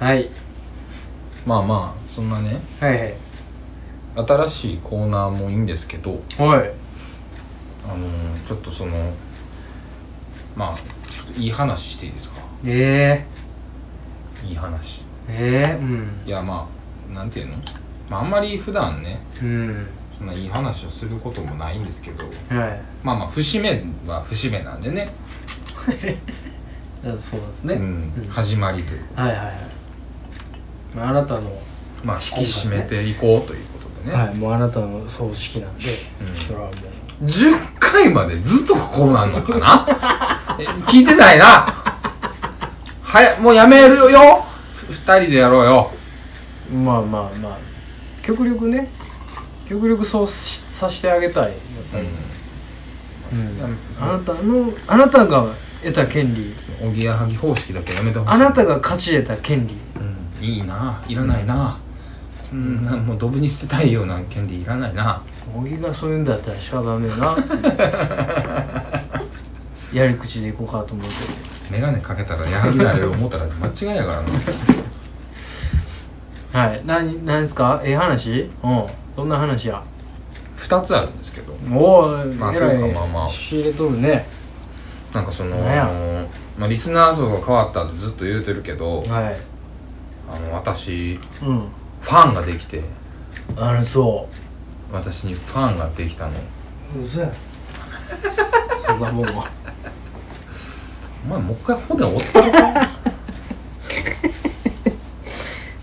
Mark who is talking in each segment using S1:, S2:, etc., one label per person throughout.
S1: はい
S2: まあまあそんなね
S1: はいはい
S2: 新しいコーナーもいいんですけど
S1: はい
S2: あのーちょっとそのまあちょっといい話していいですか
S1: え
S2: いい話
S1: えええうん
S2: いやまあなんていうの、まあ、あんまり普段ね
S1: うん
S2: そんないい話をすることもないんですけど
S1: はい
S2: まあまあ節目は節目なんでね
S1: だそうですね、
S2: うん
S1: うん
S2: 始まりという
S1: はいはいはいまああなたの、
S2: まあ引き締めていこうということでね、
S1: いもうあなたの葬式なんで、
S2: うん
S1: それはもう
S2: 10回までずっとこうなんのかな え聞いてないなはやもうやめるよふ二人でやろうよ
S1: まあまあまあ極力ね極力そうしさせてあげたいやっぱり、うんあなたのあなたが得た権利
S2: おぎやはぎ方式だけやめてほしい
S1: あなたが勝ち得た権利
S2: うんいいないらないな、こんなもうドブに捨てたいような権利いらないな
S1: 小木がそういうんだったら仕方ねえな やり口でいこうかと思うけ
S2: 眼鏡かけたらやはぎだれる思ったら間違いやからな
S1: どはい何何ですかええ話うんどんな話や
S2: 二つあるんですけど
S1: おお、
S2: まあ
S1: えら
S2: とい
S1: いう
S2: かまあまあ
S1: 仕入れとるね
S2: なんかその、
S1: なんや
S2: まあ、リスナー層が変わったってずっと言うてるけど
S1: はい
S2: あの私
S1: うん
S2: ファンができて
S1: あれそ
S2: 私にファンができたの
S1: ううそやそんなもんは
S2: お前もう一回骨折ったのか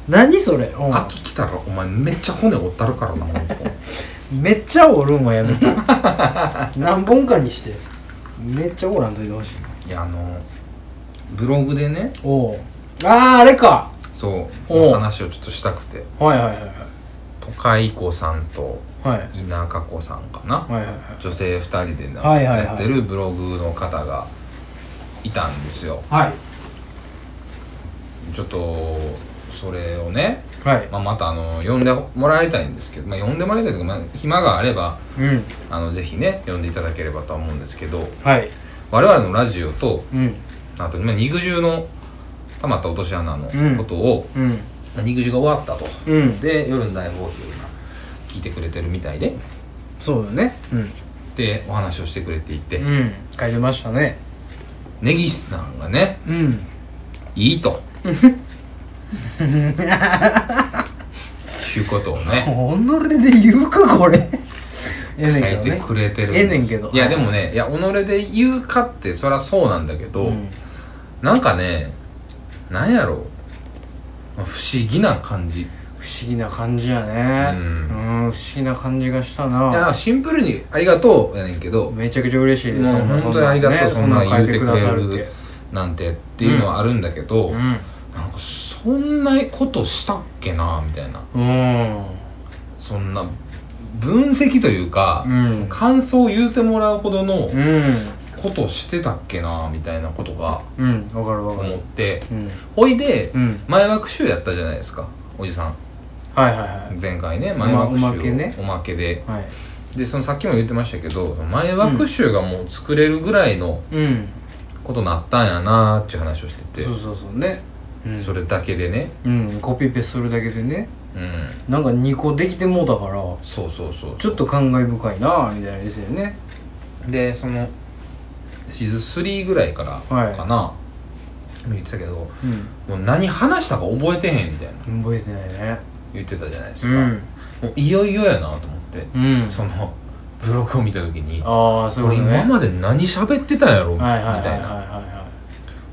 S1: 何それうん
S2: 秋来たらお前めっちゃ骨折ったるか らなもう一本
S1: めっちゃおるんはや めた何本かにしてめっちゃおらんといてほしい
S2: いやあのブログでね
S1: おおあああれか
S2: そうそ
S1: おう
S2: の話をちょっとしたくて
S1: はいはいはい
S2: 都会子さんと
S1: はい
S2: 田舎子さんかな、
S1: はいはいはい
S2: 女性2人でな
S1: はいはいはい
S2: やってるブログの方がいたんですよ
S1: はい
S2: ちょっとそれをね、
S1: はい
S2: まあ、またあの呼んでもらいたいんですけど、まあ、呼んでもらいたいというか、まあ、暇があれば
S1: うん
S2: あのぜひね呼んでいただければとは思うんですけど
S1: はい
S2: 我々のラジオと
S1: うん
S2: あとまあ肉汁のたまった落とし穴の
S1: うん
S2: ことを、
S1: うん
S2: 肉汁が終わったと、
S1: うん
S2: で夜の大放棄を今聞いてくれてるみたいで
S1: そうだねうん
S2: でお話をしてくれていて、
S1: うん書いてましたね
S2: 根岸さんがね
S1: うん
S2: いいということをね
S1: 己で言うかこれええ
S2: 書
S1: ね
S2: い
S1: んけど
S2: て
S1: ね
S2: くれてるん
S1: ええ
S2: です
S1: ねんけど
S2: いやでもねいや己で言うかってそりゃそうなんだけど、
S1: うん
S2: なんかねなんやろうまあ不思議な感じ
S1: 不思議な感じやね
S2: う
S1: うん不思議な感じがした
S2: いや
S1: な
S2: シンプルに「ありがとう」やねんけど
S1: めちゃくちゃ嬉しいです
S2: もう本当にありがとうそんなん言うてくれる
S1: て
S2: なんてっていうのはあるんだけど、
S1: うん
S2: なんかそんなことしたっけなみたいな
S1: うん
S2: そんな分析というか、
S1: うん
S2: 感想を言うてもらうほどの
S1: うん
S2: ことしてたっけなみたいなことが
S1: うんわかるわか
S2: 思
S1: る
S2: って、
S1: うん
S2: ほいで、
S1: うん
S2: 前枠週やったじゃないですかおじさん
S1: はいはいはい
S2: 前回ね前枠週を
S1: おまけね
S2: おまけで
S1: はい
S2: でそのさっきも言ってましたけど前枠集がもう作れるぐらいの
S1: うん
S2: ことになったんやなーっていう話をしてて、
S1: そうそうそうねうん
S2: それだけでね
S1: うんコピペするだけでね
S2: うん
S1: なんか2個できてもうだから
S2: そうそうそう
S1: ちょっと感慨深いなみたいなですよね
S2: でそのシーズン3ぐらいから
S1: はい
S2: かな、言ってたけども
S1: う
S2: う何話したか覚えてへんみたいなん
S1: 覚えてないね
S2: 言ってたじゃないです
S1: う
S2: か、
S1: ん
S2: もういよいよやなと思って、
S1: うん
S2: そのブログを見た時に
S1: ああそう
S2: 俺
S1: いうこと
S2: 今
S1: ね
S2: まで何喋ってたんやろみ
S1: はいはいはいはい
S2: たい
S1: は
S2: ない
S1: は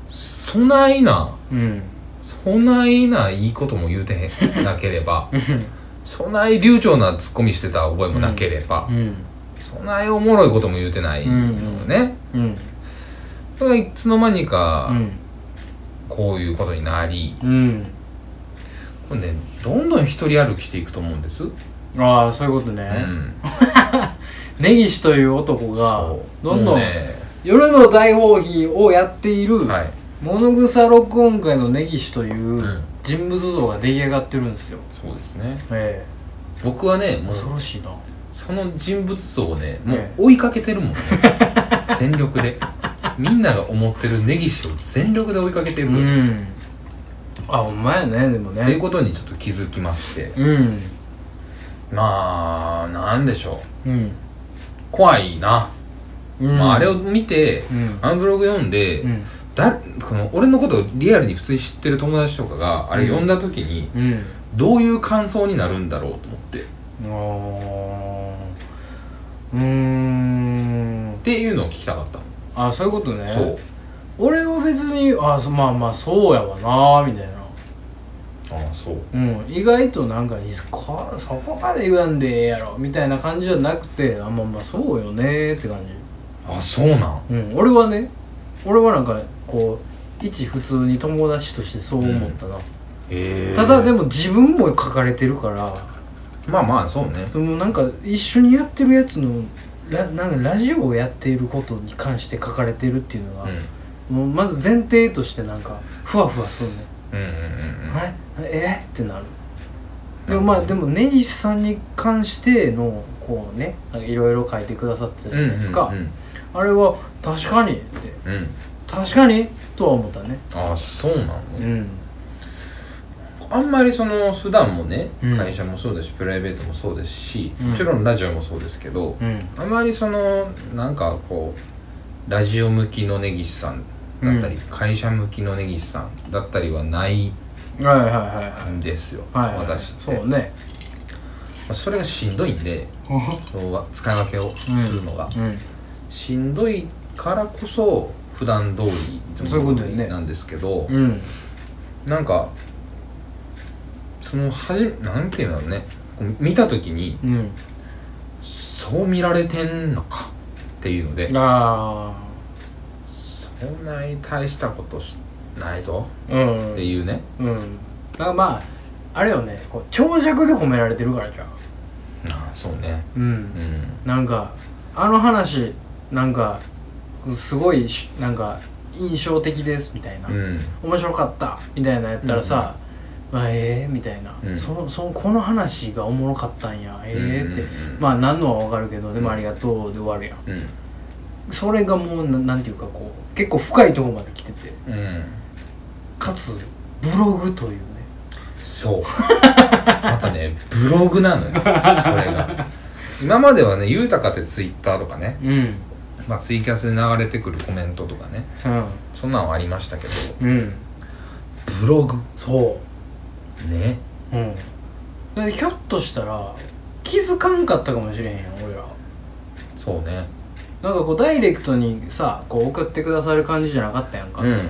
S2: そないない
S1: うん
S2: そないないいことも言うてへんなければそない流暢なツッコミしてた覚えもなければ、
S1: うん
S2: そないおもろいことも言うてないのね、
S1: うん
S2: だからいつの間にか、
S1: うん
S2: こういうことになり
S1: うん
S2: これねどんどん一人歩きしていくと思うんです、
S1: ああそういうことね、
S2: うん、
S1: 根岸という男が
S2: そう
S1: どん
S2: も
S1: ど
S2: うんね
S1: 夜の大放棄をやっている、
S2: はい
S1: モノグサ録音会の根岸というん人物像が出来上がってるんですよ、
S2: そうですね
S1: え
S2: 僕は
S1: え
S2: ねもう
S1: 恐ろしいな
S2: その人物像をねもう
S1: え
S2: 追いかけてるもんね 全力でみんなが思ってる根岸を全力で追いかけて
S1: う
S2: る、
S1: んああお前ねでも
S2: という
S1: ね
S2: ことにちょっと気づきまして
S1: うん
S2: まあなんでしょう
S1: うん、
S2: 怖いな、
S1: うん
S2: まあ、あれを見て、
S1: うん
S2: あのブログ読んで、
S1: うん
S2: だその俺のことをリアルに普通に知ってる友達とかがあれ読んだ時に
S1: うん
S2: どういう感想になるんだろうと思ってっ
S1: あーうーん
S2: ていうのを聞きたかったの、
S1: あそういうことね
S2: そう
S1: 俺は別にあそまあまあそうやわなみたいな
S2: ああそう
S1: うん意外となんかいやこそこまで言わんでええやろみたいな感じじゃなくてあまあまあそうよねって感
S2: あそうなん
S1: じうん俺はね俺はなんかこう一普通に友達としてそう思ったな、
S2: へえ
S1: ただでも自分も書かれてるから
S2: まあまあそうね
S1: でもなんか一緒にやってるやつのラなんかラジオをやっていることに関して書かれてるっていうの
S2: う
S1: が
S2: ん、
S1: もうまず前提としてなんかふわふわするね、
S2: うんうんうんうん
S1: はいえっってなるでもまあでも根岸さんに関してのこうねいろいろ書いてくださってたじゃないですか、
S2: うんうん
S1: あれは確かにって
S2: うん、うん
S1: 確かにとは思ったね
S2: ああそうなの、
S1: うん
S2: あんまりその普段もね、
S1: うん
S2: 会社もそうだしプライベートもそうですし、
S1: うん
S2: もちろんラジオもそうですけど、
S1: うん
S2: あまりそのなんかこうラジオ向きの根岸さんだったり、
S1: う
S2: 会社向きの根岸さんだったりはない
S1: はいはいはいはい
S2: んですよ、
S1: はい、はい、
S2: 私って
S1: そう ね
S2: まあそれがしんどいんで
S1: う
S2: 今日は使い分けをするのが、
S1: ん
S2: しんどいからこそ普段通りいつも通り
S1: そういうことよね
S2: なんですけど、
S1: うん
S2: なんかそのはじなんていうんだろうねこう見た時に
S1: うん
S2: そう見られてんのかっていうので
S1: ああ
S2: そんなに大したことしないぞ
S1: うん
S2: っていうね、
S1: うんだからまああれよねこう長尺で褒められてるからじゃん
S2: ああそうね
S1: う
S2: うんん
S1: なんかあの話なんかすごいしなんか印象的ですみたいな、
S2: うん
S1: 面白かったみたいなやったらさ、まあええみたいな、
S2: うん
S1: そのそのこの話がおもろかったんやええって、
S2: うんうんうん
S1: まあなんのはわかるけどでもありがとうで終わるやん
S2: うん
S1: それがもうななんていうかこう結構深いところまで来てて
S2: うん
S1: かつブログというね
S2: そう またねブログなのよそれが今まではね豊かってツイッターとかね、
S1: うん
S2: まあ、ツイキャスで流れてくるコメントとかねそんなのありましたけど
S1: うんうん
S2: ブログ
S1: そう
S2: ね
S1: うんだってひょっとしたら気づかんかったかもしれへんやん俺ら
S2: そうね
S1: なんかこうダイレクトにさこう送ってくださる感じじゃなかったやんか、
S2: うん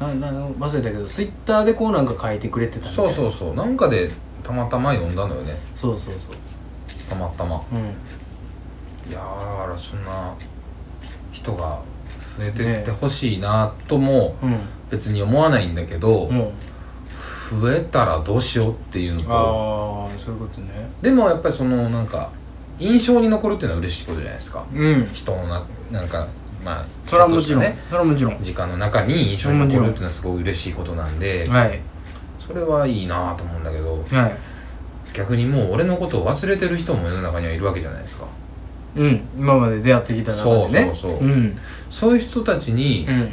S1: なな忘れたけどツイッターでこうなんか書いてくれてたみたい
S2: そう
S1: な
S2: そうそうなんかでたまたま読んだのよね
S1: そうそうそ
S2: たまたま
S1: ううん
S2: いやーあらそんな人が増えてってほしいなとも
S1: うん
S2: 別に思わないんだけど、
S1: うん
S2: 増えたらどうしようっていうのと
S1: ああそういうことね
S2: でもやっぱりそのなんか印象に残るっていうのは嬉しいことじゃないですか
S1: うん
S2: 人のななんかまあ
S1: それはもちろん
S2: ょっとしたね
S1: それはもちろん
S2: 時間の中に印象に残るっていうのはすごい嬉しいことなんで
S1: はい
S2: それはいいなと思うんだけど
S1: はい
S2: 逆にもう俺のことを忘れてる人も世の中にはいるわけじゃないですか
S1: うん今まで出会ってきた中でね
S2: そうそうそう
S1: うん
S2: そういう人たちに
S1: うん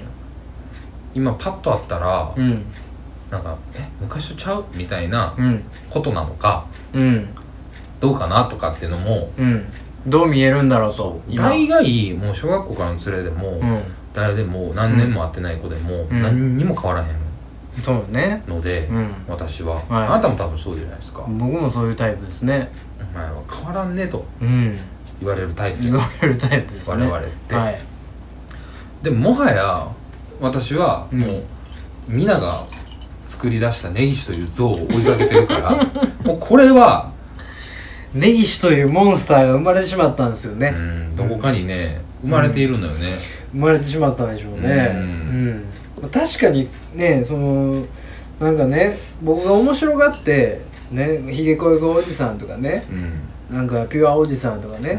S2: 今パッと会ったら
S1: うん
S2: なんか「え昔とちゃう?」みたいな
S1: うん
S2: ことなのか
S1: うん
S2: どうかなとかっていうのも
S1: うんどう見えるんだろうと今
S2: 大概もう小学校からの連れでも、
S1: うん
S2: 誰でも何年も会ってない子でも
S1: うん
S2: 何にも変わらへん
S1: そうね
S2: ので、
S1: うん
S2: 私は、
S1: はい
S2: あなたも多分そうじゃないですか、
S1: 僕もそういうタイプですね
S2: お前は変わらんねと
S1: うん
S2: 言われるタイプ
S1: 言われるタイプですね
S2: 我々って
S1: はい
S2: でももはや私は
S1: うん
S2: もう、皆が作り出した根岸という像を追いかけてるから もうこれは
S1: 根岸というモンスターが生まれてしまったんですよ
S2: う
S1: ね、
S2: んどこかにね生まれているのよね、
S1: 生まれてしまったんでしょうね
S2: う
S1: うん、確かにねそのなんかね僕が面白がってねひげこいこおじさんとかね
S2: うん
S1: なんかピュアおじさんとか
S2: う
S1: ね、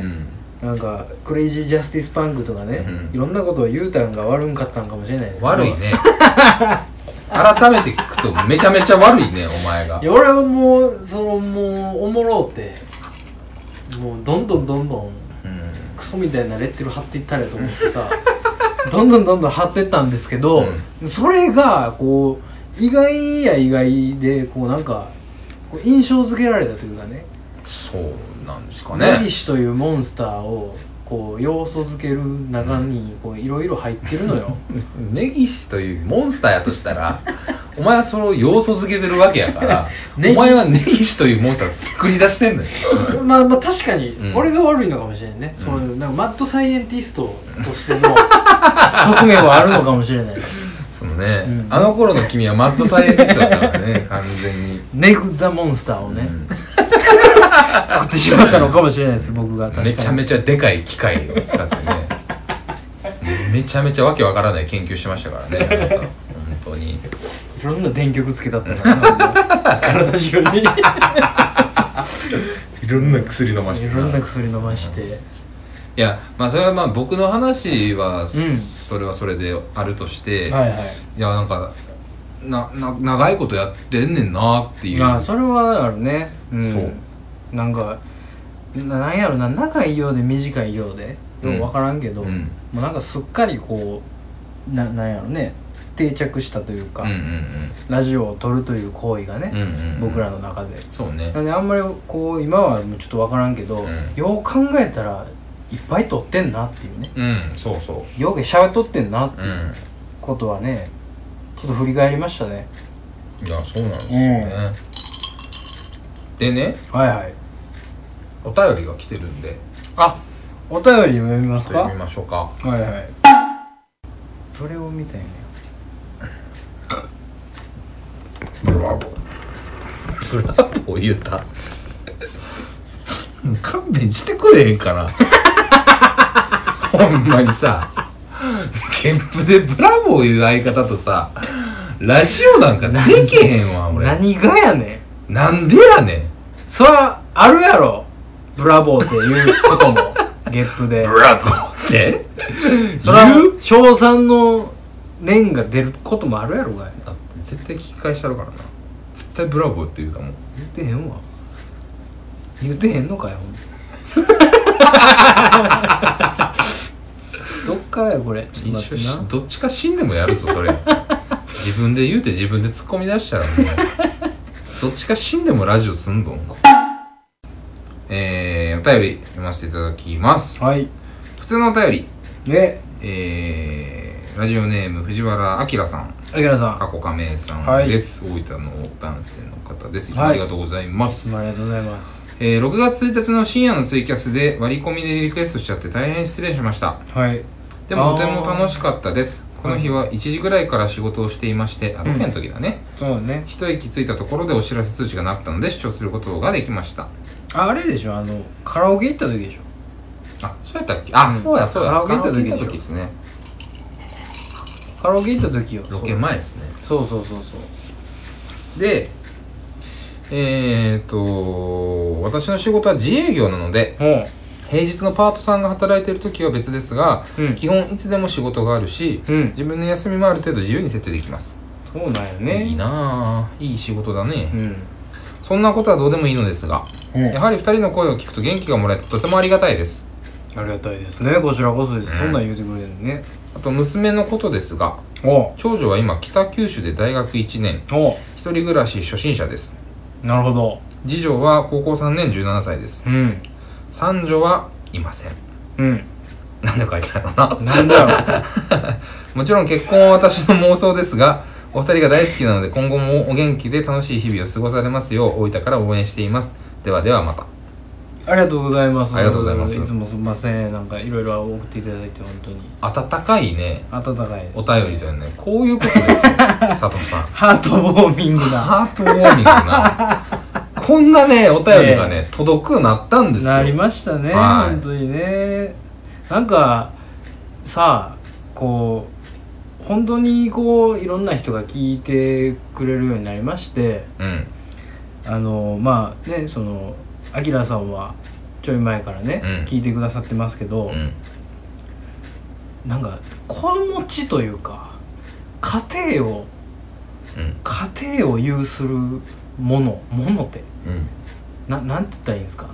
S2: ん
S1: なんかクレイジージャスティスパンクとかね、
S2: うん
S1: いろんなことを言うたんが悪んかったんかもしれないです けど
S2: 悪いね 改めて聞くとめちゃめちゃ悪いねお前が
S1: いや俺はもうそのもうおもろうってもうどんどんどんどん
S2: うん
S1: クソみたいなレッテル貼っていったれと 思ってさどんどんどんどん貼ってったんですけど、それがこう意外や意外でこうなんかこう印象付けられたというかね
S2: そうなんですか
S1: 根
S2: ね
S1: 岸というモンスターをこう要素付ける中にこういろいろ入ってるの よ
S2: 根岸というモンスターやとしたら お前はそれを要素付けてるわけやから、
S1: 根
S2: お
S1: 岸
S2: 前は根岸というモンスターを作り出して んのよ
S1: まあまあ確かに
S2: うん
S1: 俺が悪いのかもしれないね、そのなんかマッドサイエンティストとして の側面はあるのかもしれない
S2: そのね、
S1: うん
S2: あの頃の君はマッドサイエンティストだから ね完全に、
S1: ネグ・ザ・モンスターを
S2: う
S1: ね、
S2: ん
S1: 作ってしまったのかもしれないです僕が確かに
S2: めちゃめちゃでかい機械を使ってねめちゃめちゃわけわからない研究してましたからねあなた本当に
S1: いろんな電極つけたったな 体中にい
S2: いろんな薬飲ま
S1: ろんな薬飲まして
S2: いやまあそれはまあ僕の話は、
S1: ん
S2: それはそれであるとして、
S1: はい
S2: い、
S1: はい
S2: やなんかなな長いことやってんねんなっていう
S1: まあそれはあるねうん
S2: そう
S1: なんかななんやろな長いようで短いようで
S2: うん
S1: 分からんけど、
S2: うん
S1: もうなんかすっかりこうななんやろね定着したというか、
S2: うん
S1: ラジオを撮るという行為が
S2: うんうん
S1: ね、
S2: うんうんうん
S1: 僕らの中で
S2: そうね
S1: なんであんまりこう今はもうちょっと分からんけど、
S2: うん
S1: よう考えたらいっぱい撮ってんなっていうね
S2: うんそうそ
S1: ようしゃべっとってんなって
S2: う
S1: いううんことはねちょっと振り返りましたね
S2: いやそうなんですよね、でね
S1: はいはい
S2: お便りが来てるんで
S1: あお便りも読み
S2: ちょ
S1: ま
S2: っと
S1: すか
S2: 読みましょうか
S1: はいはいどれを見たいんや
S2: ブラボーブラボー言うたもう勘弁してくれへんからほんまにさケンプでブラボー言う相方とさラジオなんかできへんわ俺
S1: 何がやねん
S2: なんでやねん
S1: そらあるやろブラボーっていう こともゲップで
S2: ブラボーって
S1: そら
S2: 言う
S1: 賞賛の念が出ることもあるやろがい
S2: だって絶対聞き返したるからな絶対ブラボーって言うたもん
S1: 言ってへんわ言ってへんのかよ ほんでどっからやこれちょっと待
S2: 一緒
S1: って
S2: し
S1: な
S2: どっちか死んでもやる ぞそれ自分で言うて自分で突っ込み出したらもうどっちか死んでもラジオすんどんえー、お便り読ませていただきます
S1: はい
S2: 普通のお便り
S1: ね
S2: えー、ラジオネーム藤原明さん
S1: あきらさん
S2: 過去仮名さ
S1: は
S2: ん
S1: い
S2: です、大分の男性の方ですいつも
S1: はい
S2: ありがとうございます、
S1: ありがとうございます
S2: えー、6月1日の深夜のツイキャスで割り込みでリクエストしちゃって大変失礼しました
S1: はい
S2: でも
S1: あー
S2: とても楽しかったですこの日は1時ぐらいから仕事をしていましてあロケの時だね、
S1: そうだね
S2: 一息ついたところでお知らせ通知が鳴ったので視聴することができました
S1: ああれでしょあのカラオケ行った時でしょ
S2: あそうやったっけあ、
S1: うん
S2: そうやそうや
S1: カラオケ行った時
S2: カラオ
S1: で
S2: ケ行
S1: しょ
S2: ですね
S1: カラオケ行った時よ
S2: ロケ前ですね
S1: そうそうそうそう
S2: でえー、っと私の仕事は自営業なので
S1: そう
S2: 平日のパートさんが働いてる時は別ですが、
S1: うん
S2: 基本いつでも仕事があるし、
S1: うん
S2: 自分の休みもある程度自由に設定できます
S1: うんそうなんよね
S2: いいなあいい仕事だね、
S1: うん
S2: そんなことはどうでもいいのですが、
S1: うん
S2: やはり二人の声を聞くと元気がもらえてとてもありがたいです。
S1: ありがたいですねこちらこそですそんなん言うてくれるのね
S2: あと娘のことですが、
S1: おう
S2: 長女は今北九州で大学1年、
S1: お
S2: 一人暮らし初心者です。
S1: うなるほど
S2: 次女は高校3年17歳です。
S1: うん
S2: 三女はいません。
S1: うん
S2: なんで書いてあるのかな
S1: なんだろう
S2: もちろん結婚は私の妄想ですが、お二人が大好きなので今後もお元気で楽しい日々を過ごされますよう大分から応援しています。ではではまた。
S1: ありがとうございます。
S2: ありがとうございます
S1: いつもすみません。なんかいろいろ送っていただいて本当に
S2: 温かいね、
S1: 温かい。
S2: お便りというのはね、こういうこと ですよ。佐藤さん。
S1: ハートウォーミングな。
S2: ハートウォーミングなこんなねお便りがね、届くようになった んですよ
S1: なりましたね。
S2: はい
S1: 本当にね。なんかさあこう本当にこういろんな人が聞いてくれるようになりまして、
S2: うん
S1: あのまあねそのアキラさんはちょい前からね、
S2: うん
S1: 聞いてくださってますけど、
S2: うん
S1: なんか子持ちというか家庭を
S2: うん
S1: 家庭を有するものものって
S2: うん
S1: ななんて言ったらいいんですか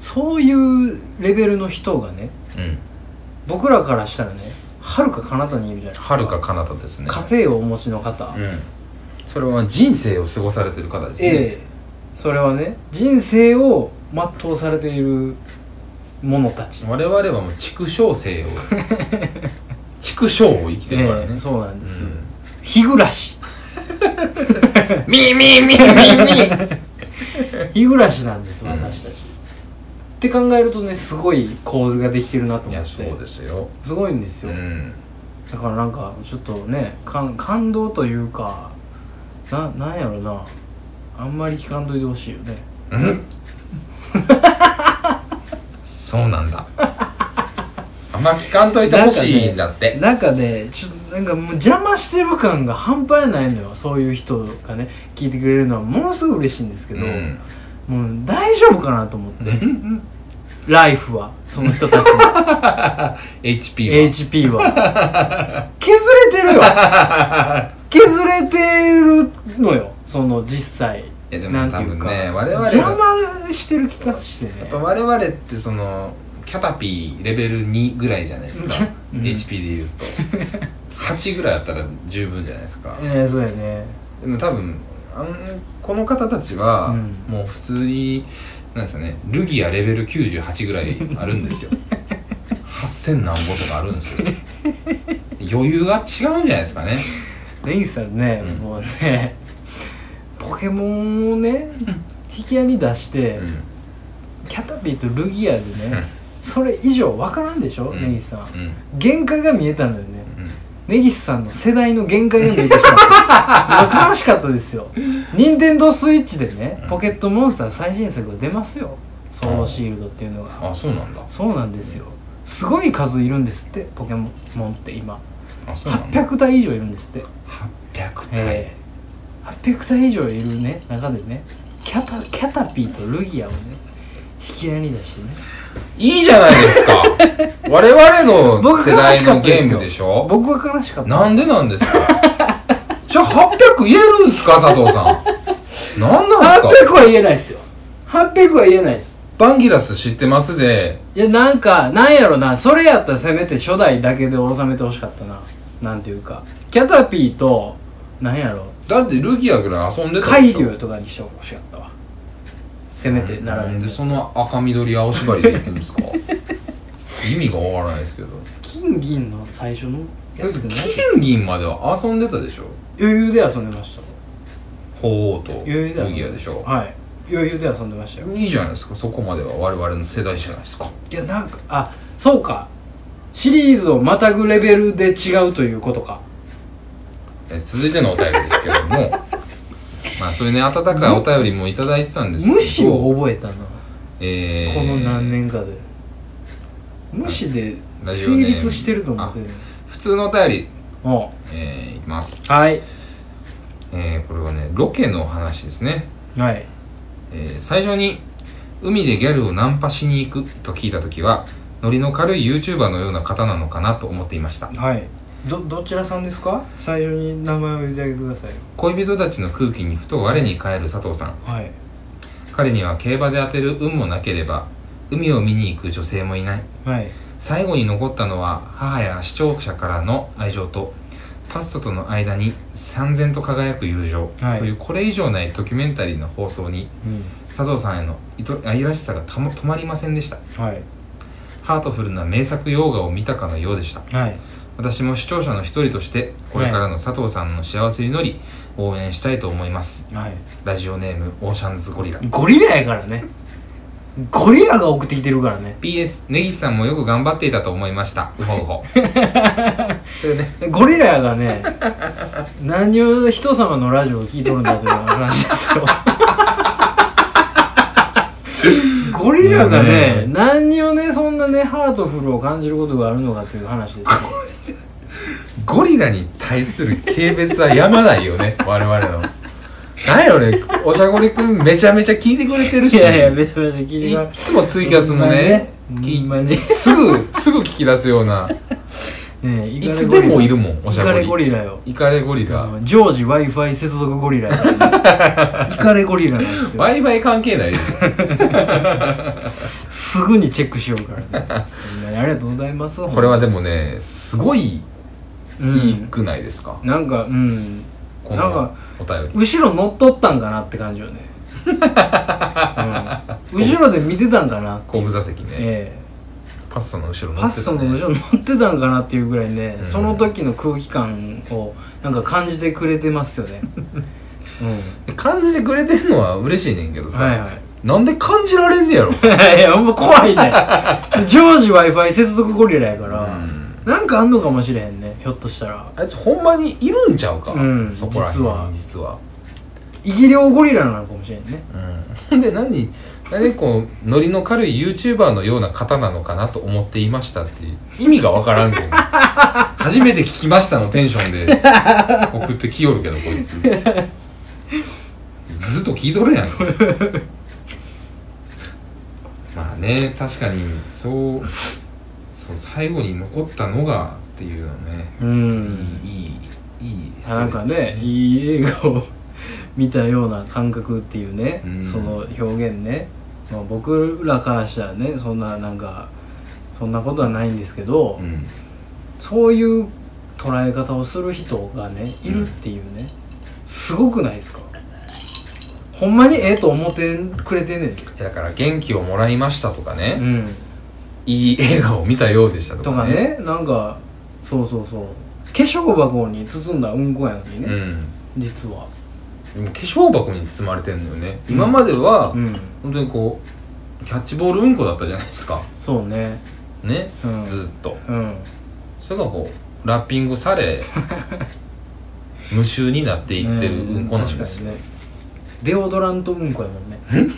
S1: そういうレベルの人がね
S2: うん
S1: 僕らからしたらねはるか彼方にいるじゃないですか
S2: はるか彼方ですね
S1: 家庭をお持ちの方、
S2: うんそれは人生を過ごされてる方ですね、
S1: ええそれはね人生を全うされている者たち
S2: 我々はもう畜生生を畜生を生きてるからね、
S1: ええそうなんですよ、
S2: うん
S1: 日暮ら し
S2: ミーミーミーミーミー
S1: 日暮らしなんです
S2: うん
S1: 私たち、って考えるとねすごい構図ができてるなと
S2: い
S1: 思
S2: や
S1: って
S2: そうですよ、
S1: すごいんです
S2: う
S1: よ、
S2: ん、
S1: だからなんかちょっとね感感動というかななんやろなあんまり聞かんといてほしいよね
S2: ん そうなんだあんま聞かんといてほしいんだって
S1: なんかねちょっとなんかもう邪魔してる感が半端ないのよそういう人がね聞いてくれるのはものすごく嬉しいんですけど、
S2: うん
S1: もう大丈夫かなと思ってライフはその人たち の
S2: HP は
S1: HP は削れてるよ削れてるのよその実際
S2: いやで
S1: な
S2: も
S1: んて
S2: 多
S1: いう
S2: 分
S1: か
S2: ね我々は
S1: 邪魔してる気がしてね
S2: やっぱ我々ってそのキャタピーレベル2ぐらいじゃないですか、
S1: うん
S2: HP で言うと8ぐらいあったら十分じゃないですか、
S1: ええそうやね
S2: でも多分あのこの方たちは、
S1: うん
S2: もう普通になんですかねルギアレベル98ぐらいあるんですよ 8000何本とかあるんですよ余裕が違うんじゃないですかね
S1: レイさんね、
S2: うん
S1: もうね ポケモンをね引き合いに出して、
S2: うん
S1: キャタピーとルギアでね、
S2: うん
S1: それ以上わからんでしょ、
S2: うん
S1: ネギスさん
S2: うん
S1: 限界が見えたのよね
S2: うん
S1: ネギスさんの世代の限界が見えてしまった もう悲しかったですよ任天堂スイッチでねポケットモンスター最新作が出ますよソードシールドっていうのが
S2: あそうなんだ
S1: そうなんですよすごい数いるんですってポケモンって今
S2: あそうなんだ
S1: 800体以上いるんですって
S2: 800体、
S1: ええ800体以上いるね中でねキャタキャタピーとルギアをね引き合いに出してね
S2: いいじゃないです か我々の
S1: 僕
S2: 世
S1: が悲
S2: 代
S1: しか
S2: の
S1: ったで
S2: ゲ
S1: す
S2: ー
S1: よ
S2: ムでしょ
S1: 僕は悲しかった
S2: なんでなんですかじゃあ800言えるんすか佐藤さんなんなんです
S1: 800
S2: か
S1: は言えないですよ800は言えないです
S2: バンギラス知ってますで
S1: いやなんかなんやろなそれやったらせめて初代だけで収めてほしかったななんていうかキャタピーとなんやろ
S2: だってルギアぐらい遊んでた
S1: 海竜とかにしてほしかったわせめて
S2: な
S1: 並
S2: ん
S1: べ
S2: で
S1: て
S2: その赤緑青縛りでいくんです か意味がわからないですけど
S1: 金銀の最初のやつって何
S2: 金銀までは遊んでたでしょ
S1: 余裕で遊んでました
S2: 鳳凰と
S1: 余裕で遊ん
S2: ルギアでしょ
S1: はい余裕で遊んでましたよ
S2: いいじゃないですかそこまでは我々の世代じゃないですか
S1: いやなんかあそうかシリーズをまたぐレベルで違うということか
S2: え続いてのお便りですけども まあそういうね温かいお便りもいただいてたんですけど
S1: 無視を覚えたな、
S2: えー
S1: この何年かで無視で
S2: ラジオネー
S1: 成
S2: ム
S1: 立してると思ってる
S2: 普通のお便り、
S1: お
S2: えーいきます、
S1: はい
S2: えーこれはねロケの話ですね、
S1: はい
S2: えー最初に海でギャルをナンパしに行くと聞いた時はノリの軽い YouTuber のような方なのかなと思っていました
S1: はいどどちらさんですか最初に名前を言ってあげてくださいよ
S2: 恋人たちの空気にふと我に返る佐藤さん
S1: はい
S2: 彼には競馬で当てる運もなければ海を見に行く女性もいない
S1: はい
S2: 最後に残ったのは母や視聴者からの愛情とパストとの間に燦然と輝く友情
S1: はい
S2: というこれ以上ないドキュメンタリーの放送に
S1: うん
S2: 佐藤さんへのいと愛らしさがたも止まりませんでした
S1: はい
S2: ハートフルな名作洋画を見たかのようでした
S1: はい
S2: 私も視聴者の一人としてこれからの佐藤さんの幸せに乗り応援したいと思います
S1: はい
S2: ラジオネームオーシャンズゴリラ
S1: ゴリラやからねゴリラが送ってきてるからね
S2: PS 根岸さんもよく頑張っていたと思いましたうほう ほそれね
S1: ゴリラが ね何を人様のラジオを聞いとるんだという話です よゴリラが
S2: ね
S1: ね
S2: え
S1: 何をねそんなねハートフルを感じることがあるのかという話ですよ
S2: ゴリラに対する軽蔑はやまないよ ね我々のなんやろねおしゃごりくんめちゃめちゃ 聞いてくれてるし
S1: いやいやめちゃめちゃ聞い
S2: い
S1: て
S2: っ
S1: ます
S2: つもツイキャスもね
S1: ほんまね
S2: き
S1: ほんまね
S2: すぐすぐ聞き出すような
S1: ねえ
S2: いつでもいる
S1: ん
S2: もんお
S1: イ
S2: しゃ
S1: カ
S2: ご
S1: レゴ
S2: り
S1: リラよ
S2: イカレゴリラ
S1: 常時 w i f i 接続ゴリ ラやからねイカレゴリラなんですよ
S2: バイバイ関係ないです
S1: すぐにチェックしようから ねほんまにありがとうございます
S2: これはでもねすごい
S1: うん
S2: いいくないですか、
S1: なんかうん
S2: こ
S1: なんか
S2: のお便り
S1: 後ろ乗っとったんかなって感じよ ね、うん、後ろで見てたんかなって
S2: 後
S1: いう
S2: 部座席ね
S1: え
S2: パッソの後ろ
S1: え
S2: 乗
S1: パッ
S2: ってた
S1: ソ
S2: ね
S1: ンの後ろ乗ってたんかなっていうぐらいね、
S2: うん
S1: その時の空気感をなんか感じてくれてますよねう
S2: 感じてくれてんのは嬉しいねんけど
S1: ん
S2: さ、
S1: はい はい
S2: なんで感じられんねやろ
S1: いや、ほんま怖いね。常時 Wi-Fi 接続ゴリラやから、
S2: うん
S1: なんかあんのかもしれへんね、ひょっとしたら。
S2: あいつほんまにいるんちゃうか、
S1: うん
S2: そこら辺
S1: 実は
S2: 実は
S1: 生き量ゴリラなのかもしれんね。
S2: うん、 で何何こうノリの軽い YouTuber のような方なのかなと思っていましたっていう意味がわから んけど初めて聞きましたのテンションで送ってきよるけどこいつずっと聞いとるやんまあね確かにそうそう最後に残ったのがっていうのね
S1: うん。
S2: いいいいいいストー
S1: な
S2: リ
S1: ん
S2: ー
S1: か
S2: です
S1: ね、いい映画を見たような感覚っていうね、
S2: うん
S1: その表現ね。まあ、僕らからしたらね、そんな、なんか、そんなことはないんですけど、
S2: うん
S1: そういう捉え方をする人がね、いるっていうね、すごくないですかほんまにええと思ってくれてんねん。
S2: いやだから元気をもらいましたとかね、
S1: うん。
S2: いい映画を見たようでしたと
S1: と
S2: か
S1: か
S2: ね
S1: ねなんかそうそうそう化粧箱に包んだうんこやのにね、実は
S2: うんでも化粧箱に包まれてんのよね、今までは、
S1: うん
S2: 本当にこうキャッチボールうんこだったじゃないですか
S1: そうね
S2: ね、
S1: うん
S2: ずっと
S1: うん
S2: それがこうラッピングさ れ無臭になっていってるうんこなん
S1: 確
S2: で
S1: か
S2: す
S1: に
S2: よ、
S1: ねデオドラントうんこやもんね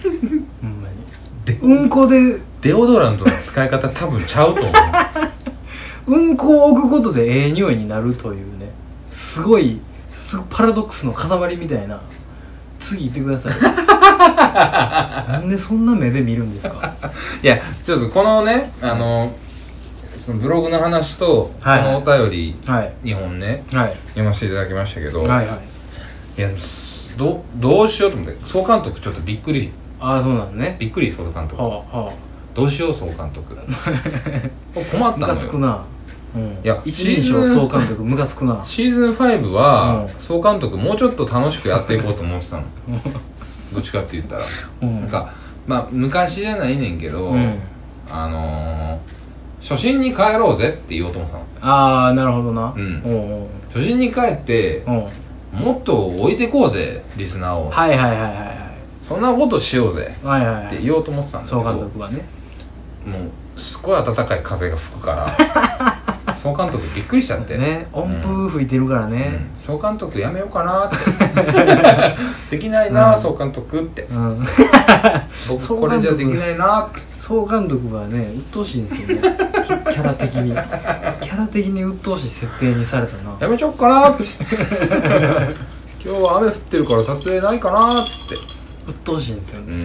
S1: ほんまに
S2: で
S1: うんこで
S2: デオドラントの使い方多分ちゃうと思う
S1: うんこを置くことでええ匂いになるというねすごいすパラドックスの塊みたいな次行ってくださ いなんでそんな目で見るんですか
S2: いやちょっとこのねあのそのブログの話とこ
S1: はい
S2: のお便り、
S1: はい
S2: 日本ね
S1: はい
S2: 読ませていただきましたけど、
S1: はいはい
S2: いやすどどうしようと思って総監督ちょっとびっくり
S1: ああそうなんね
S2: びっくり総監
S1: はあ
S2: 督
S1: はあ
S2: どうしよう総監 督困った
S1: ム
S2: の
S1: カつく
S2: よ
S1: な、うん、
S2: いや
S1: 一人称
S2: シーズン
S1: 総監督ムカつくな
S2: シーズン5は、
S1: うん
S2: 総監督もうちょっと楽しくやっていこうと思っ てたのどっちかって言ったら、
S1: うん
S2: なんかまあ昔じゃないねんけど、
S1: うん
S2: あのー、初心に帰ろうぜって言おうと思ってたの
S1: ああなるほどな
S2: うん
S1: おう
S2: 初心に帰って
S1: おうおう
S2: もっと置いてこうぜリスナーを、
S1: はいはいはいはい
S2: そんなことしようぜ
S1: はいはいはいは
S2: って
S1: い
S2: 言おうと思ってたんだけど
S1: 総監督はね
S2: もうすっごい暖かい風が吹くから 総監督びっくりしちゃって、
S1: ね音符吹いてるから
S2: う
S1: ね
S2: ん、総監督やめようかなって できないな、
S1: うん
S2: 総監督って
S1: うん、
S2: 僕
S1: 総監督
S2: これじゃできないなって
S1: 総監督はね鬱陶しいんですよね キャキャラ的にキャラ的に鬱陶しい設定にされたな
S2: やめちゃおうかなって 今日は雨降ってるから撮影ないかなっつって
S1: 鬱陶しいんですよ
S2: う
S1: ね、
S2: ん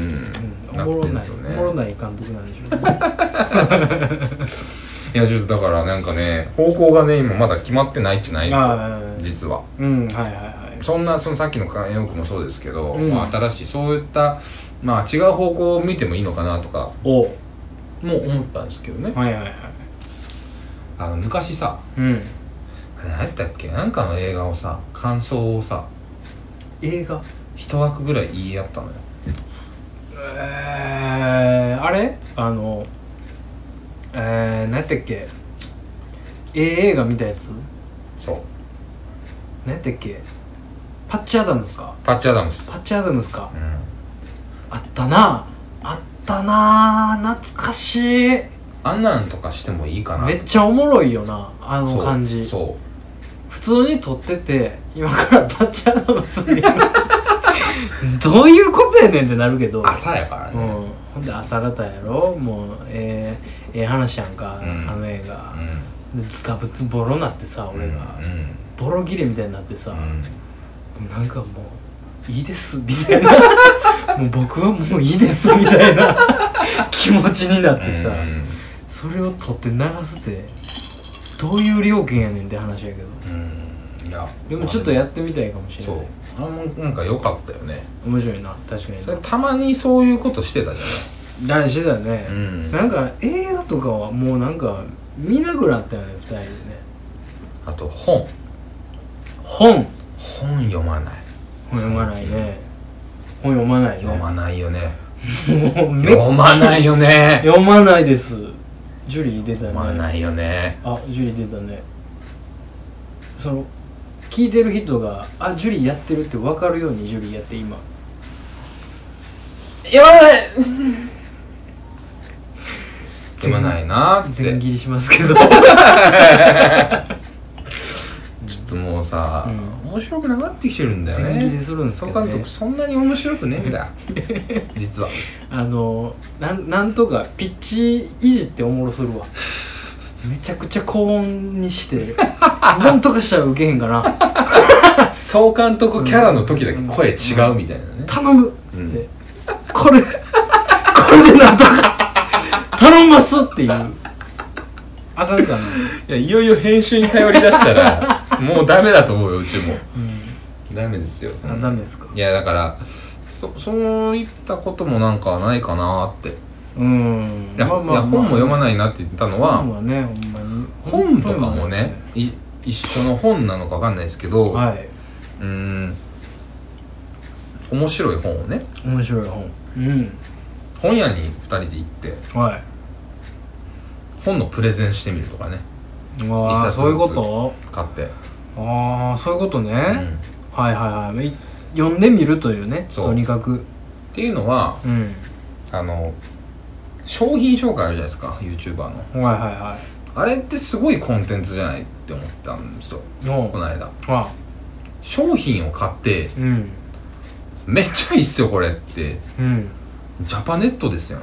S1: うん、
S2: な
S1: おも
S2: っ
S1: ろ
S2: てん
S1: ない、
S2: すよ
S1: おもろな
S2: ね
S1: い監督なんでしょうね
S2: いやちょっとだからなんかね方向がね今まだ決まってないってないんです
S1: あ
S2: よ
S1: あ
S2: 実は
S1: うんはいはいはい
S2: そんなそのさっきの慣用句もそうですけど、
S1: うん
S2: まあ、新しいそういった、まあ、違う方向を見てもいいのかなとか
S1: おう
S2: も思ったんですけどね
S1: はいはいはい
S2: あの昔さ
S1: うん
S2: あれ何やったっけなんかの映画をさ感想をさ
S1: 映画
S2: 一枠ぐらい言い合ったのよ
S1: えー、あれあのえー、何やったっけええ映画見たやつ
S2: そう
S1: 何やったっけパッチ・アダムスか
S2: パッチ・アダムス
S1: パッチ・アダムスか
S2: うん
S1: あったなあったな懐かしい
S2: あんなんとかしてもいいかな
S1: めっちゃおもろいよなあの
S2: そう
S1: 感じ
S2: そ
S1: 普通に撮ってて今からパッチ・アダムスに どういうことやねんってなるけど
S2: う朝やから
S1: う
S2: ね
S1: ん、ほんで朝方やろもうええええ話やんか、
S2: うん
S1: あの映画
S2: うん、
S1: でズタブツボロなってさ俺が、
S2: うん
S1: ボロ切れみたいになってさ
S2: う、ん
S1: なんかもういいですみたい なもう僕はもういいですみたいな気持ちになってさ、
S2: うん
S1: それを取って流すってどういう料金やねんって話やけど
S2: うんいや
S1: でもちょっとやってみたいかもしれ
S2: そ
S1: ないう
S2: あれもなんか良かったよね
S1: 面白いな確かに
S2: そ
S1: な
S2: れたまにそういうことしてたじ
S1: 大事だよね、
S2: ゃないうん
S1: なんか映画とかはもうなんか見なくなったよね二人でね
S2: あと本
S1: 本
S2: 本読まない
S1: 本読まないね本読まないね
S2: 読まないよね
S1: もうめっ
S2: 読まないよね
S1: 読まないですジュリー出たね
S2: 読まないよね
S1: あジュリー出たねその聞いてる人があジュリーやってるって分かるようにジュリーやって今
S2: 読ま ない読まないなって
S1: 全切りしますけど
S2: ちょっともうさ、
S1: う
S2: 面白くなくなってきてるんだよね
S1: 全切りするんです
S2: 総
S1: けどね
S2: 監督そんなに面白くねえん だ実は
S1: あのなんなんとかピッチ維持っておもろするわめちゃくちゃ高音にして なんとかしたらウケへんかな
S2: 総監督キャラの時だけ声違うみたいなね、
S1: 頼むっつって、
S2: うん
S1: これこれでなんとか頼んますっていうあかんかな、
S2: いやいよいよ編集に頼りだした らもうダメだと思うようちもダメですよそ
S1: うんん、あダ
S2: な
S1: メですか
S2: いやだからそそういったこともなんかないかなってい
S1: うん
S2: や,、いや本も読まないなって言ったのは、
S1: 本はねほんまに
S2: 本とかもねい一緒の本なのかわかんないですけど、
S1: はいう
S2: ーん面白い本をね
S1: 面白い本うん
S2: 本屋に2人で行って
S1: はい
S2: 本のプレゼンしてみるとかね
S1: ああ
S2: 一冊ずつ
S1: そういうこと
S2: 買って、
S1: ああそういうことね、
S2: うんっ
S1: はいはいはいい読んでみるというね
S2: そう
S1: とにかく
S2: ていうのは
S1: うん
S2: あの商品紹介あるじゃないですか YouTuber の
S1: はいはいは
S2: あれってすごいコンテンツじゃないって思ったんですよ
S1: いお
S2: こ
S1: う
S2: の間
S1: あ
S2: 商品を買って
S1: うん
S2: めっちゃいいっすよこれって
S1: うん
S2: ジャパネットですよ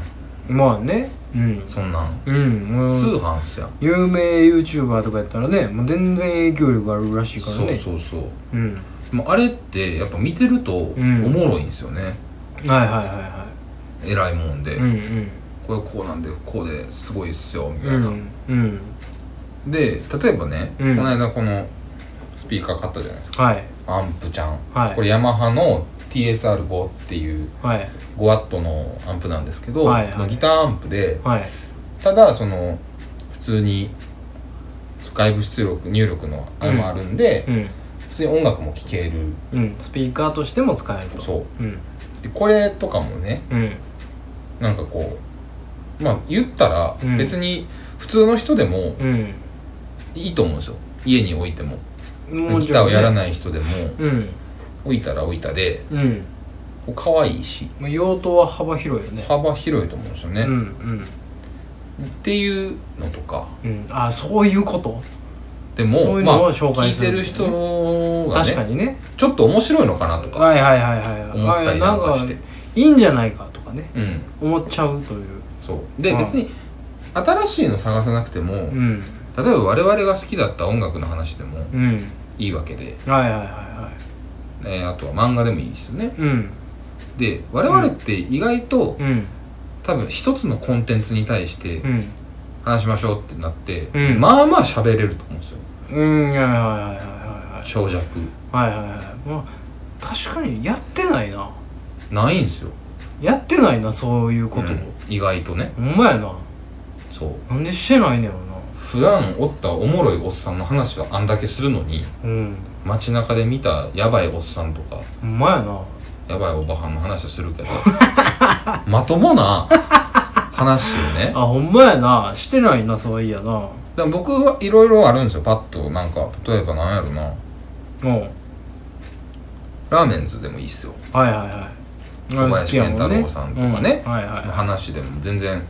S1: まあねうん
S2: そんなん
S1: うんもう
S2: 通販っすよ
S1: 有名 YouTuber とかやったらねもう全然影響力あるらしいから
S2: そ
S1: ね
S2: うそうそう
S1: うん
S2: でもあれってやっぱ見てるとお
S1: ん
S2: もろいんですよね、
S1: はいはいはいは
S2: 偉いもんで、
S1: いうん
S2: これこうなんでこうですごいっすよみ
S1: う
S2: たいな、
S1: んうん
S2: で例えばね、
S1: うん
S2: この間このスピーカー買ったじゃないですか
S1: はい
S2: アンプちゃん、
S1: はい
S2: これヤマハの TSR5 っていう
S1: はい
S2: 5ワットのアンプなんですけど、
S1: はいはい
S2: のギターアンプで
S1: はい
S2: ただその普通に外部出力入力のあれもあるんで、
S1: うん
S2: 普通に音楽も聴ける
S1: うんスピーカーとしても使えると
S2: そう
S1: うん
S2: うでこれとかもね
S1: うん
S2: なんかこうまあ言ったら
S1: うん
S2: 別に普通の人でも
S1: うん
S2: いいと思うんですよ家に置いても
S1: も
S2: ギターをやら
S1: い
S2: ない人でも
S1: うん
S2: 置いたら置いたで
S1: うん
S2: こう可愛いし
S1: もう用途は幅広いよね
S2: 幅広いと思うんですよね、
S1: うん
S2: っ
S1: うん
S2: ていうのとか
S1: うん、あそういうこと、
S2: でも
S1: そういう
S2: ま
S1: の
S2: あ
S1: を紹
S2: 聞
S1: 介
S2: い
S1: するん
S2: てる
S1: ですね
S2: 人が
S1: 確か
S2: ね
S1: にね
S2: ちょっと面白いのかなとか
S1: はいはいはいはい
S2: 思ったりなんかし
S1: あな
S2: て
S1: んかいいんじゃないかとかね
S2: うん
S1: 思っちゃうという
S2: そうで
S1: うん
S2: 別に新しいの探さなくても例
S1: う
S2: え
S1: ん
S2: ば我々が好きだった音楽の話でも
S1: うん
S2: いいわけで
S1: はいはいはいは
S2: えーあとは漫画でもいいですよね
S1: いうん
S2: で我々って意外と
S1: うん
S2: 多分一つのコンテンツに対して
S1: うん
S2: 話しましょうってなって
S1: うん
S2: まあまあ喋れると思うんですよ
S1: うんはいはいはいはい
S2: 長尺
S1: はいはいはいはいはいまあ確かにやってないな
S2: ないんですよ
S1: やってないなそういうことを、
S2: うん意外とね
S1: ほんまやな
S2: そう
S1: なんでしてないねやろな
S2: 普段おったおもろいおっさんの話はあんだけするのに
S1: うん
S2: 街中で見たやばいおっさんとか
S1: ほんまやな
S2: やばいおばはんの話はするけど まともな話を ね
S1: あほんまやなしてないなそういやな
S2: でも僕はいろいろあるんですよパッとなんか例えばなんやろな
S1: うん
S2: ラーメンズでもいいっすよ
S1: はいはいはい
S2: 小林健太郎さんとかね
S1: うんはいはい
S2: の話でも全然
S1: はい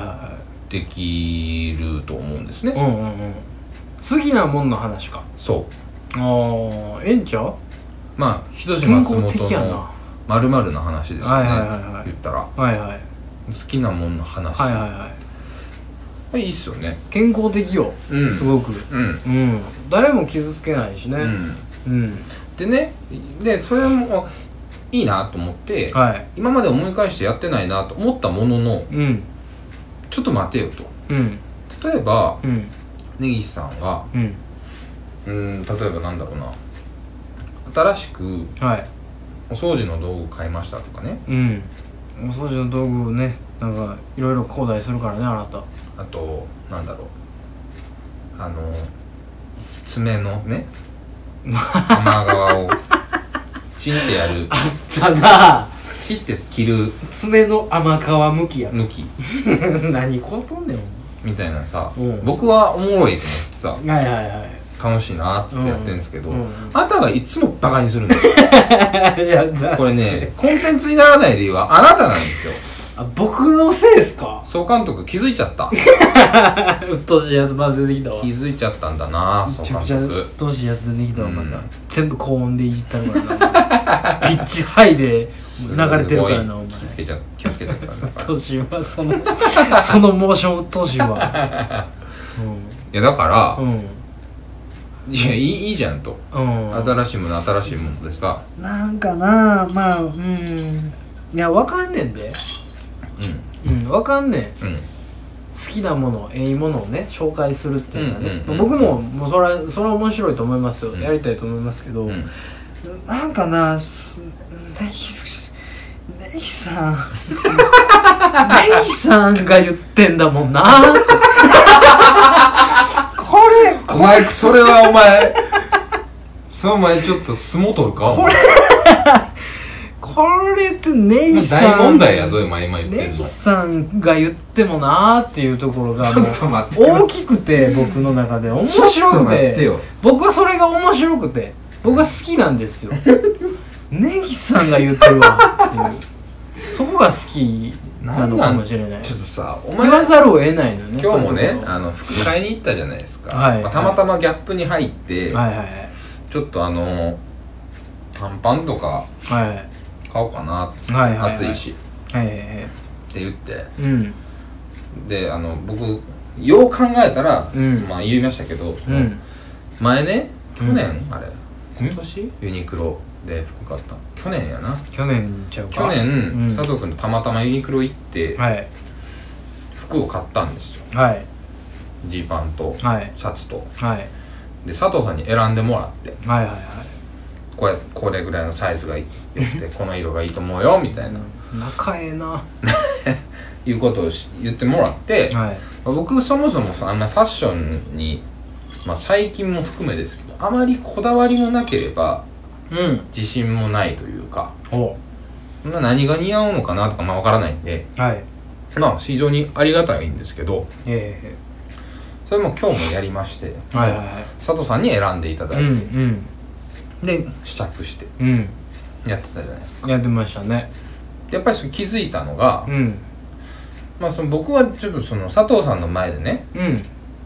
S1: は
S2: できると思うんです
S1: いはい
S2: ね
S1: うんうんうん好きなもんの話か
S2: そう
S1: ああええんちゃう
S2: まあ人志
S1: 健
S2: 松
S1: 康
S2: 本
S1: 的やな
S2: のまるの話ですよね
S1: はいはいはいはい
S2: 言ったら
S1: はいはい
S2: 好きなもんの話
S1: はいはいはい
S2: これいいっすよね
S1: 健康的よ、
S2: うん
S1: すごく
S2: うん
S1: うん誰も傷つけないしね
S2: うん
S1: うん、
S2: でねでそれもあいいなと思って
S1: はい
S2: 今まで思い返してやってないなと思ったものの
S1: うん
S2: ちょっと待てよと
S1: うん
S2: 例えば
S1: うん
S2: 根岸さんが
S1: うん
S2: うーん例えばなんだろうな新しく
S1: はい
S2: お掃除の道具買いましたとかね
S1: うんお掃除の道具をねなんかいろいろ交代するからねあなた
S2: あとなんだろうあのつ爪のね天川をチンってやる
S1: あ ったな
S2: チって切る
S1: 爪の甘皮むきや
S2: 向き
S1: 何こうとんねん
S2: みたいなさ、
S1: うん
S2: 僕はおもろいと思って
S1: はいはいはい
S2: さ楽しいなっつってやってるんですけど、
S1: うんうん
S2: あなたがいつもバカにするんですよ
S1: やだ
S2: これねコンテンツにならない理由はあなたなんですよ
S1: あ僕のせいですか
S2: 総監督気づいちゃった
S1: うっとうしいやつまで出てきたわ
S2: 気づいちゃったんだな総
S1: めちゃ
S2: 監
S1: くちゃうっ
S2: 督
S1: とうしいやつ出てきたわま
S2: う
S1: た
S2: ん
S1: 全部高音でいじったのかな ピッチハイで流れてるからなお前
S2: すごい気をつけちゃ気をつけちゃったんだから
S1: 当時はそのそのモーション当時は
S2: いやだから、
S1: うんうん
S2: いやいいいいじゃんと
S1: うん
S2: 新しいもの新しいものでさ
S1: なんかなまあうんいやわかんねんで
S2: う
S1: うんわかんねん
S2: んうん
S1: 好きなものええものをね紹介するっていうのはね、
S2: うんうんうん
S1: まあ僕ももうそれはそれは面白いと思いますよ、
S2: うん
S1: やりたいと思いますけど、
S2: うん
S1: なんかなすネギすネギさん ネギさんが言ってんだもんなこれ
S2: お前それはお前 それお前ちょっと相撲取るかお前
S1: これってネギさん
S2: 大問題やぞ今今言って
S1: ネ
S2: んの
S1: ギさんが言ってもなーっていうところが
S2: ちょっと待って
S1: もう大きくて僕の中で面白くて
S2: よ
S1: 僕はそれが面白くて僕は好きなんです よネギさんが言ってるわっていうそこが好きなのかもしれない
S2: ちょっとさお前
S1: 言わざるを得ないのね
S2: 今日も
S1: そういうと
S2: ね
S1: こ
S2: あの副会に行ったじゃないですか、
S1: はい
S2: まあたまたまギャップに入って、
S1: ろはいはい
S2: ちょっとあの短パンとか
S1: はいはい
S2: 買おうかなって、
S1: はいはいはい
S2: 暑いし
S1: はいはいはい
S2: って言って
S1: うん
S2: であの僕よう考えたら、
S1: うん
S2: まあ言いましたけど、
S1: うん
S2: 前ね去年、
S1: う
S2: あれ
S1: ん
S2: 今年ユニクロで服買ったの去年やな
S1: 去年ちゃうか
S2: 去年、
S1: うん
S2: 佐藤君とたまたまユニクロ行って、
S1: はい
S2: 服を買ったんですよ
S1: はい
S2: ジーパンと
S1: はい
S2: シャツと
S1: はい
S2: で佐藤さんに選んでもらって
S1: はいはいはい
S2: これこれぐらいのサイズがいいって この色がいいと思うよみたいな
S1: 仲ええな
S2: いうことをし言ってもらって、まあ
S1: はい
S2: 僕そもそもあんなファッションに、まあ、最近も含めですけどあまりこだわりもなければ
S1: うん
S2: 自信もないというか
S1: お
S2: そんな何が似合うのかなとかまあわからないんで
S1: はい
S2: まあ非常にありがたいんですけど
S1: え
S2: それも今日もやりまして、
S1: えはいはいは
S2: 佐藤さんに選んでいただ
S1: い
S2: いて、
S1: うん
S2: で試着して
S1: うん
S2: やってたじゃないですか
S1: うんやってましたね
S2: やっぱりそれ気づいたのが、
S1: うん
S2: まあ、その僕はちょっとその佐藤さんの前でね
S1: うん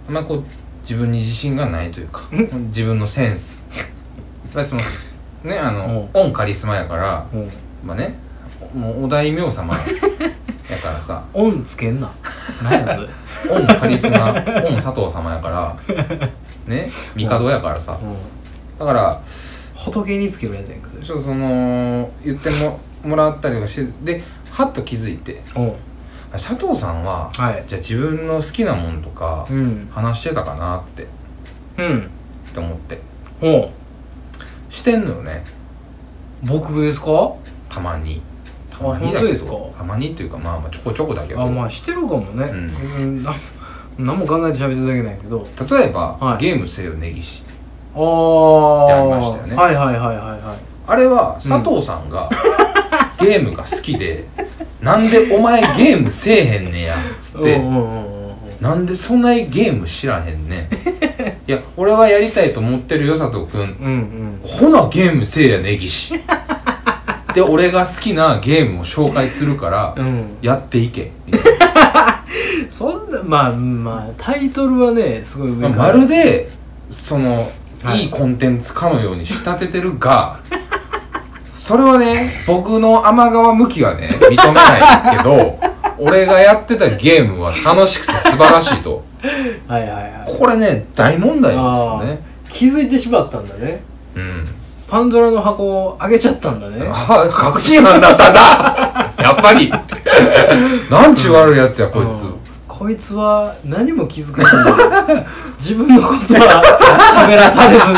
S2: あんまりこう自分に自信がないというか
S1: うん
S2: 自分のセンスやっぱりそのねあのオンカリスマやから
S1: うん
S2: まあねもうお大名様やか らさ
S1: オンつけんな何 やそれ
S2: オンカリスマオン佐藤様やからね帝やからさだから
S1: 仏につけるやつやんかそれ
S2: ちょっとその言ってももらったりもしてではっと気づいて
S1: お
S2: あ佐藤さんは、
S1: はい
S2: じゃあ自分の好きなもんとか
S1: うん
S2: 話してたかなって
S1: うん
S2: って思って
S1: お
S2: してんのよね
S1: 僕ですか
S2: たまに
S1: あ
S2: たまにだけ
S1: 本当です
S2: ど
S1: か
S2: たまにというかまあまあちょこちょこだけど
S1: あまあしてるかもね
S2: うん
S1: うんな何も考えて喋ってるだけないけど
S2: 例えば、
S1: はい
S2: ゲームせよ根岸
S1: ああ
S2: ってありましたよね
S1: はいはいはいはいはい
S2: あれは
S1: うん
S2: 佐藤さ んが、ゲームが好きでなんでお前ゲームせえへんねやっつって、
S1: うんうんうんうんうん
S2: なんでそんなにゲーム知らへんねんいや俺はやりたいと思ってるよ佐藤君
S1: うんうん
S2: ほなゲームせえや根岸で俺が好きなゲームを紹介するから、
S1: うん
S2: やっていけみたいな
S1: そんなまあまあタイトルはねすごい上から
S2: まあまるでその、
S1: はい
S2: い、いコンテンツかのように仕立ててるが それはね僕の天川向きはね認めない けど俺がやってたゲームは楽しくて素晴らしいと
S1: はいはいはい
S2: これね大問題なんですよね
S1: あー気づいてしまったんだね
S2: うん
S1: パンドラの箱をあげちゃったんだね
S2: あ確信犯だったんだやっぱりなんちゅう悪いやつや、こいつ
S1: うんこいつは何も気づかずに 自分のことは喋らされず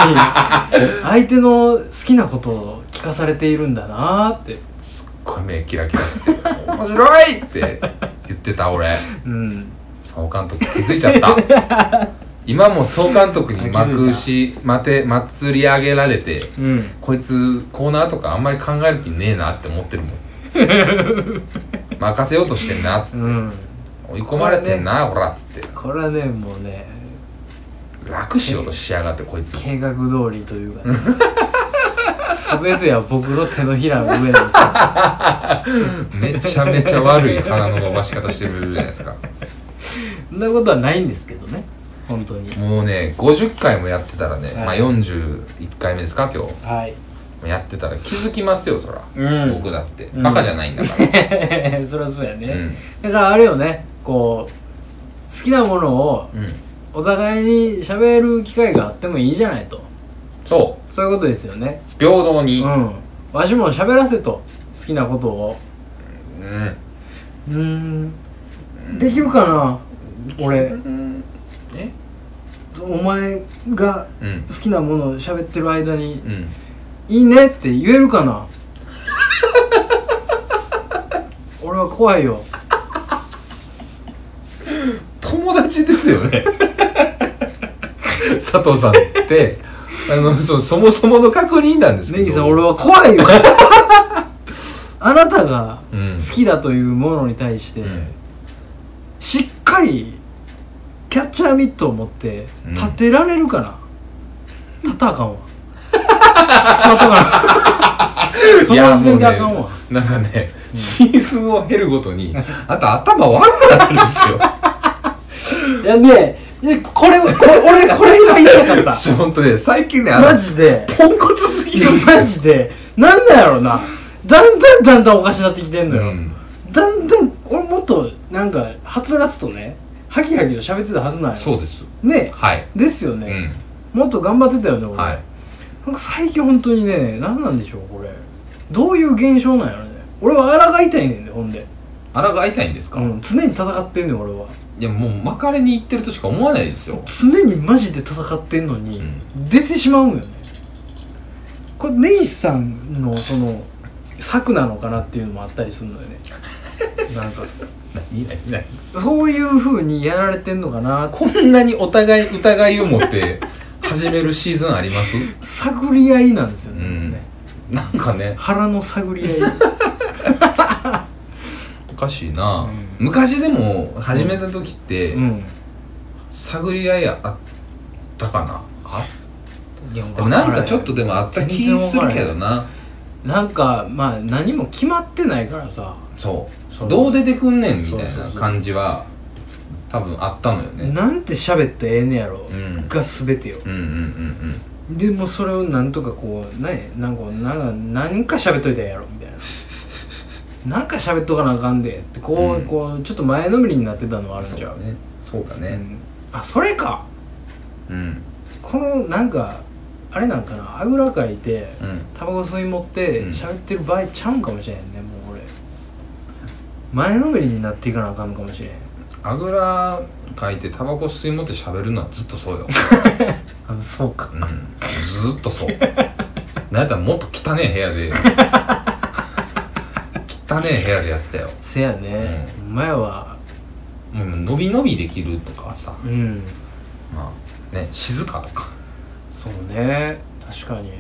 S1: に 相手の好きなことを聞かされているんだなーって
S2: すっごい目キラキラして「面白い!」って言ってた俺
S1: うん
S2: 総監督気づいちゃった今も総監督に
S1: あ気づい
S2: 幕し待て祭り上げられて
S1: うん
S2: こいつコーナーとかあんまり考える気ねえなって思ってるも ん任せようとしてんなっつって
S1: うん
S2: 追い込まれてんなほらっつって
S1: これはねもうね
S2: 楽しようとしやがってこいつ
S1: 計画通りというか、 ね、全ては僕の手のひらの上なんですよ
S2: めちゃめちゃ悪い鼻の伸ばし方してるじゃないですか
S1: そんなことはないんですけどね本当に
S2: もうね50回もやってたらね、
S1: はい
S2: まあ41回目ですか今
S1: はい
S2: 日やってたら気づきますよそら、
S1: うん
S2: 僕だって
S1: うん
S2: バカじゃないんだから、
S1: そりゃそうやね、
S2: う
S1: だ
S2: ん
S1: からあれよねこう好きなものを
S2: うん、
S1: お互いに喋る機会があってもいいじゃないと
S2: そ
S1: そういうことですよね
S2: う平等に
S1: う、んわしも喋らせと好きなことを
S2: うん
S1: うーんできるかな俺
S2: うんえ
S1: お前が
S2: うん
S1: 好きなものを喋ってる間に
S2: うん
S1: 「いいね」って言えるか な俺は怖いよ
S2: 友達ですよね 佐藤さんってあのそそもそもの確認なんですけ
S1: ネ
S2: ど
S1: ギさん俺は怖いよ あなたが
S2: うん
S1: 好きだというものに対して、
S2: うん
S1: しっかりキャッチャーミットを持って
S2: うん
S1: 立てられるかな、立たあか んわ座ったかなそ
S2: い
S1: の
S2: や
S1: 時点
S2: もう
S1: であかんわ、
S2: ねなんかね、シーズンを経るごとにあと頭悪くなってるんですよ
S1: いやねいやこれこれ俺これが言いたかった
S2: ちょ本当ね最近ね あの
S1: マジで
S2: ポンコツすぎ
S1: い
S2: る
S1: や
S2: んですよ
S1: マジでなんだやろなだんだんだんだんおかしなってきてんの
S2: う
S1: よ、
S2: ん
S1: だんだん俺もっとなんかはつらつとねハキハキと喋ってたはずなんよ
S2: そうです
S1: ね
S2: はい
S1: ですよ
S2: う
S1: ね、
S2: ん
S1: もっと頑張ってたよね俺、
S2: はい
S1: なんか最近本当にね何なんでしょうこれどういう現象なんやろね俺は抗いたいねんでほんで、
S2: 抗いたいんですか、
S1: うん、常に戦ってんねん俺はい
S2: やもうまかれに行ってるとしか思わないですよ
S1: 常にマジで戦ってんのに、
S2: うん
S1: 出てしまうんよねこれネイさんのその策なのかなっていうのもあったりするのよ ねなんか
S2: 何何何
S1: そういうふうにやられてんのかな
S2: こんなにお互い疑いを持って始めるシーズンあります
S1: 探り合いなんですよね,、
S2: うんなんかね
S1: 腹の探り合い
S2: おかしい
S1: う
S2: な、
S1: ん
S2: 昔でも始めた時 って、
S1: うん
S2: 探り合いあったかなあ
S1: いや
S2: でもなんかちょっとでもあった気するけどな
S1: なんかまあ何も決まってないからさ、
S2: そう
S1: そう
S2: どう出てくんねんみたい
S1: そうそう
S2: な
S1: そう
S2: 感じは多分あったのよね
S1: なんて喋ってええねやろ、
S2: うん
S1: が全てよ
S2: うんうんうん
S1: でもそれをなんとかこうねなんかなんか何か喋っといたらええやろみたいなな んか喋っとかなあかんでってこう,、
S2: うん
S1: こうちょっと前のめりになってたのはあ
S2: うん
S1: るん
S2: そう
S1: ちゃ
S2: だ
S1: う
S2: ねそうだ
S1: う
S2: ね
S1: んあそれか
S2: うん
S1: このなんかあれなんかなあぐらかいて
S2: うん
S1: タバコ吸い持って
S2: うん
S1: 喋ってる場合ちゃうんかもしれんねもう俺前のめりになっていかなあかんのかもしれん
S2: あぐらかいてタバコ吸い持って喋るのはずっとそうよ、
S1: あそうか
S2: うん、ずっと そうなんやったらもっと汚ねえ部屋で汚ねえ部屋でやってたよ
S1: せやね、前は
S2: もう伸び伸びできるとかさ
S1: うん
S2: まあね静かとか
S1: そうね確かに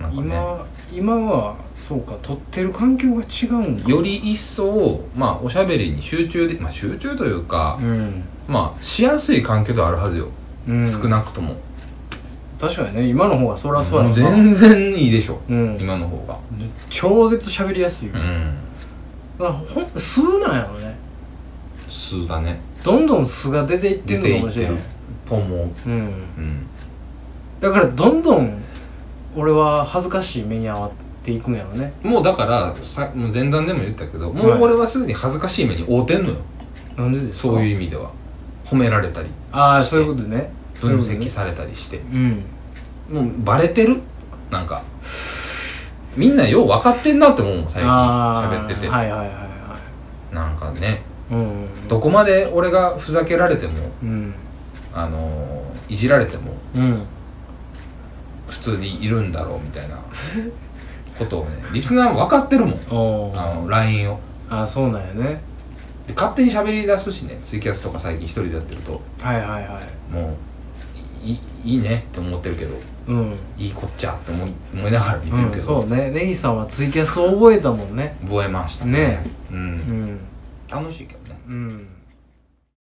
S2: なんかね
S1: 今今はそうか撮ってる環境が違うんか
S2: より一層まあおしゃべりに集中でまあ集中というか
S1: う、ん、
S2: まあしやすい環境ではあるはずよ、
S1: うん、
S2: 少なくとも
S1: 確かにね今の方がそりゃそうや
S2: も
S1: な
S2: う全然いいでしょ、
S1: うん
S2: 今の方が
S1: 超絶喋りやすい、
S2: う
S1: だか
S2: ん
S1: らほん素なんやろね
S2: 素だね
S1: どんどん素が出ていってんのか
S2: 出てい
S1: も
S2: っ
S1: してれ
S2: る
S1: ん
S2: ポンも
S1: うん
S2: うん
S1: だからどんどん俺は恥ずかしい目に遭っていくんやろね
S2: もうだからさもう前段でも言ったけどもう
S1: はい
S2: 俺はすでに恥ずかしい目に合うてんのよ、
S1: なんでですか
S2: そういう
S1: う
S2: 意味では褒められたり
S1: ああそういうことね
S2: 分析
S1: そ
S2: されたりして
S1: ういうこ
S2: もうバレてるなんかみんなよう分かってんなって思うもん
S1: と
S2: 最
S1: ねうん
S2: 近
S1: あー
S2: 喋ってて、
S1: はいはいはいは
S2: なんかね
S1: いうんうん
S2: どこまで俺がふざけられても
S1: うん
S2: あのーいじられても
S1: うん
S2: 普通にいるんだろうみた いなことをねリスナーも分かってるもん
S1: おー
S2: あの LINE を
S1: あーそうなんやね
S2: で勝手に喋り出すしねツイキャスとか最近一人でやってると
S1: はいはいはい
S2: もういいいねって思ってるけど
S1: うん
S2: いいこっちゃって思思いながら見てるけ
S1: うん
S2: ど、
S1: そうねネギさんはツイキャスを覚えたもんね
S2: 覚えました
S1: ね
S2: う
S1: うんん
S2: 楽しいけどね
S1: うん